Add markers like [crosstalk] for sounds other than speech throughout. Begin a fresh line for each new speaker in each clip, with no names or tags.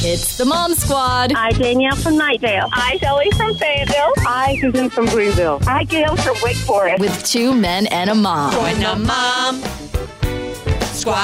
It's the Mom Squad.
I, Danielle from Nightdale. I, Shelley from Fayetteville. I, Susan from Greenville. I, Gail from Wake Forest.
With two men and a mom.
When a mom squad.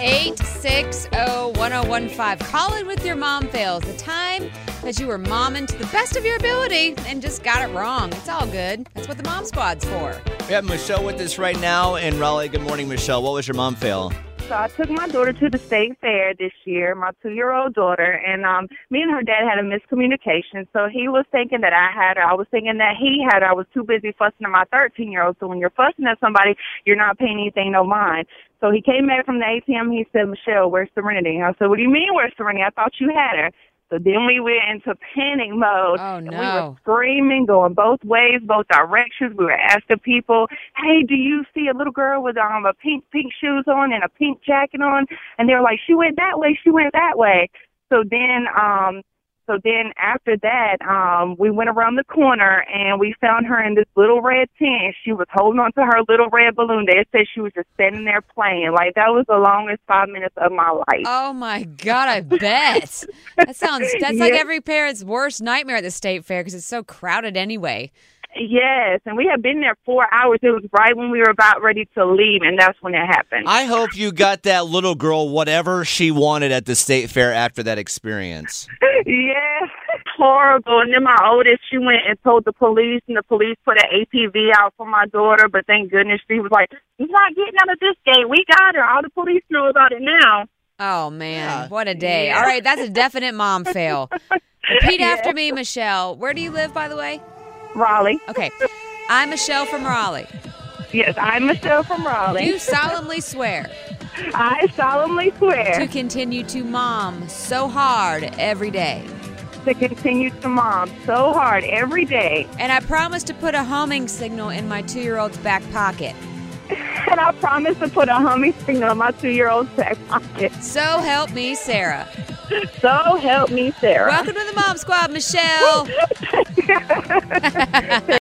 860-1015. Call in with your mom fails. The time that you were momming to the best of your ability and just got it wrong. It's all good. That's what the mom squad's for.
We have Michelle with us right now in Raleigh. Good morning, Michelle. What was your mom fail?
So I took my daughter to the state fair this year, my two-year-old daughter, and um, me and her dad had a miscommunication. So he was thinking that I had her. I was thinking that he had her. I was too busy fussing at my 13-year-old. So when you're fussing at somebody, you're not paying anything no mind. So he came back from the ATM. He said, Michelle, where's Serenity? And I said, what do you mean, where's Serenity? I thought you had her. So then we went into panic mode.
Oh,
and we
no.
were screaming, going both ways, both directions. We were asking people, "Hey, do you see a little girl with um a pink pink shoes on and a pink jacket on?" And they were like, "She went that way. She went that way." So then, um, so then after that, um, we went around the corner and we found her in this little red tent. She was holding on to her little red balloon. They said she was just standing there playing. Like that was the longest five minutes of my life.
Oh my god, I bet. That sounds that's like
Yeah.
every parent's worst nightmare at the state fair cuz it's so crowded anyway.
Yes, and we had been there four hours. It was right when we were about ready to leave, and that's when it happened.
I hope you got that little girl whatever she wanted at the state fair after that experience.
yes, [laughs] horrible. And then my oldest, she went and told the police, and the police put an APV out for my daughter. But thank goodness she was like, "You're not getting out of this gate. We got her. All the police know about it now."
Oh man,
Yeah.
what a day.
Yeah.
All right, that's a definite mom fail. Repeat
Yeah.
after me, Michelle. Where do you live by the way?
Raleigh.
Okay. I'm Michelle from Raleigh.
Yes, I'm Michelle from Raleigh.
You solemnly swear
I solemnly
to
swear
continue to mom so hard every day.
to continue to mom so hard every day,
And I promise to put a homing signal in my two year old's back pocket.
and I promise to put a humming signal in my two-year-old's back pocket.
So help me, Sarah.
So help me, Sarah.
Welcome to the Mom Squad, Michelle.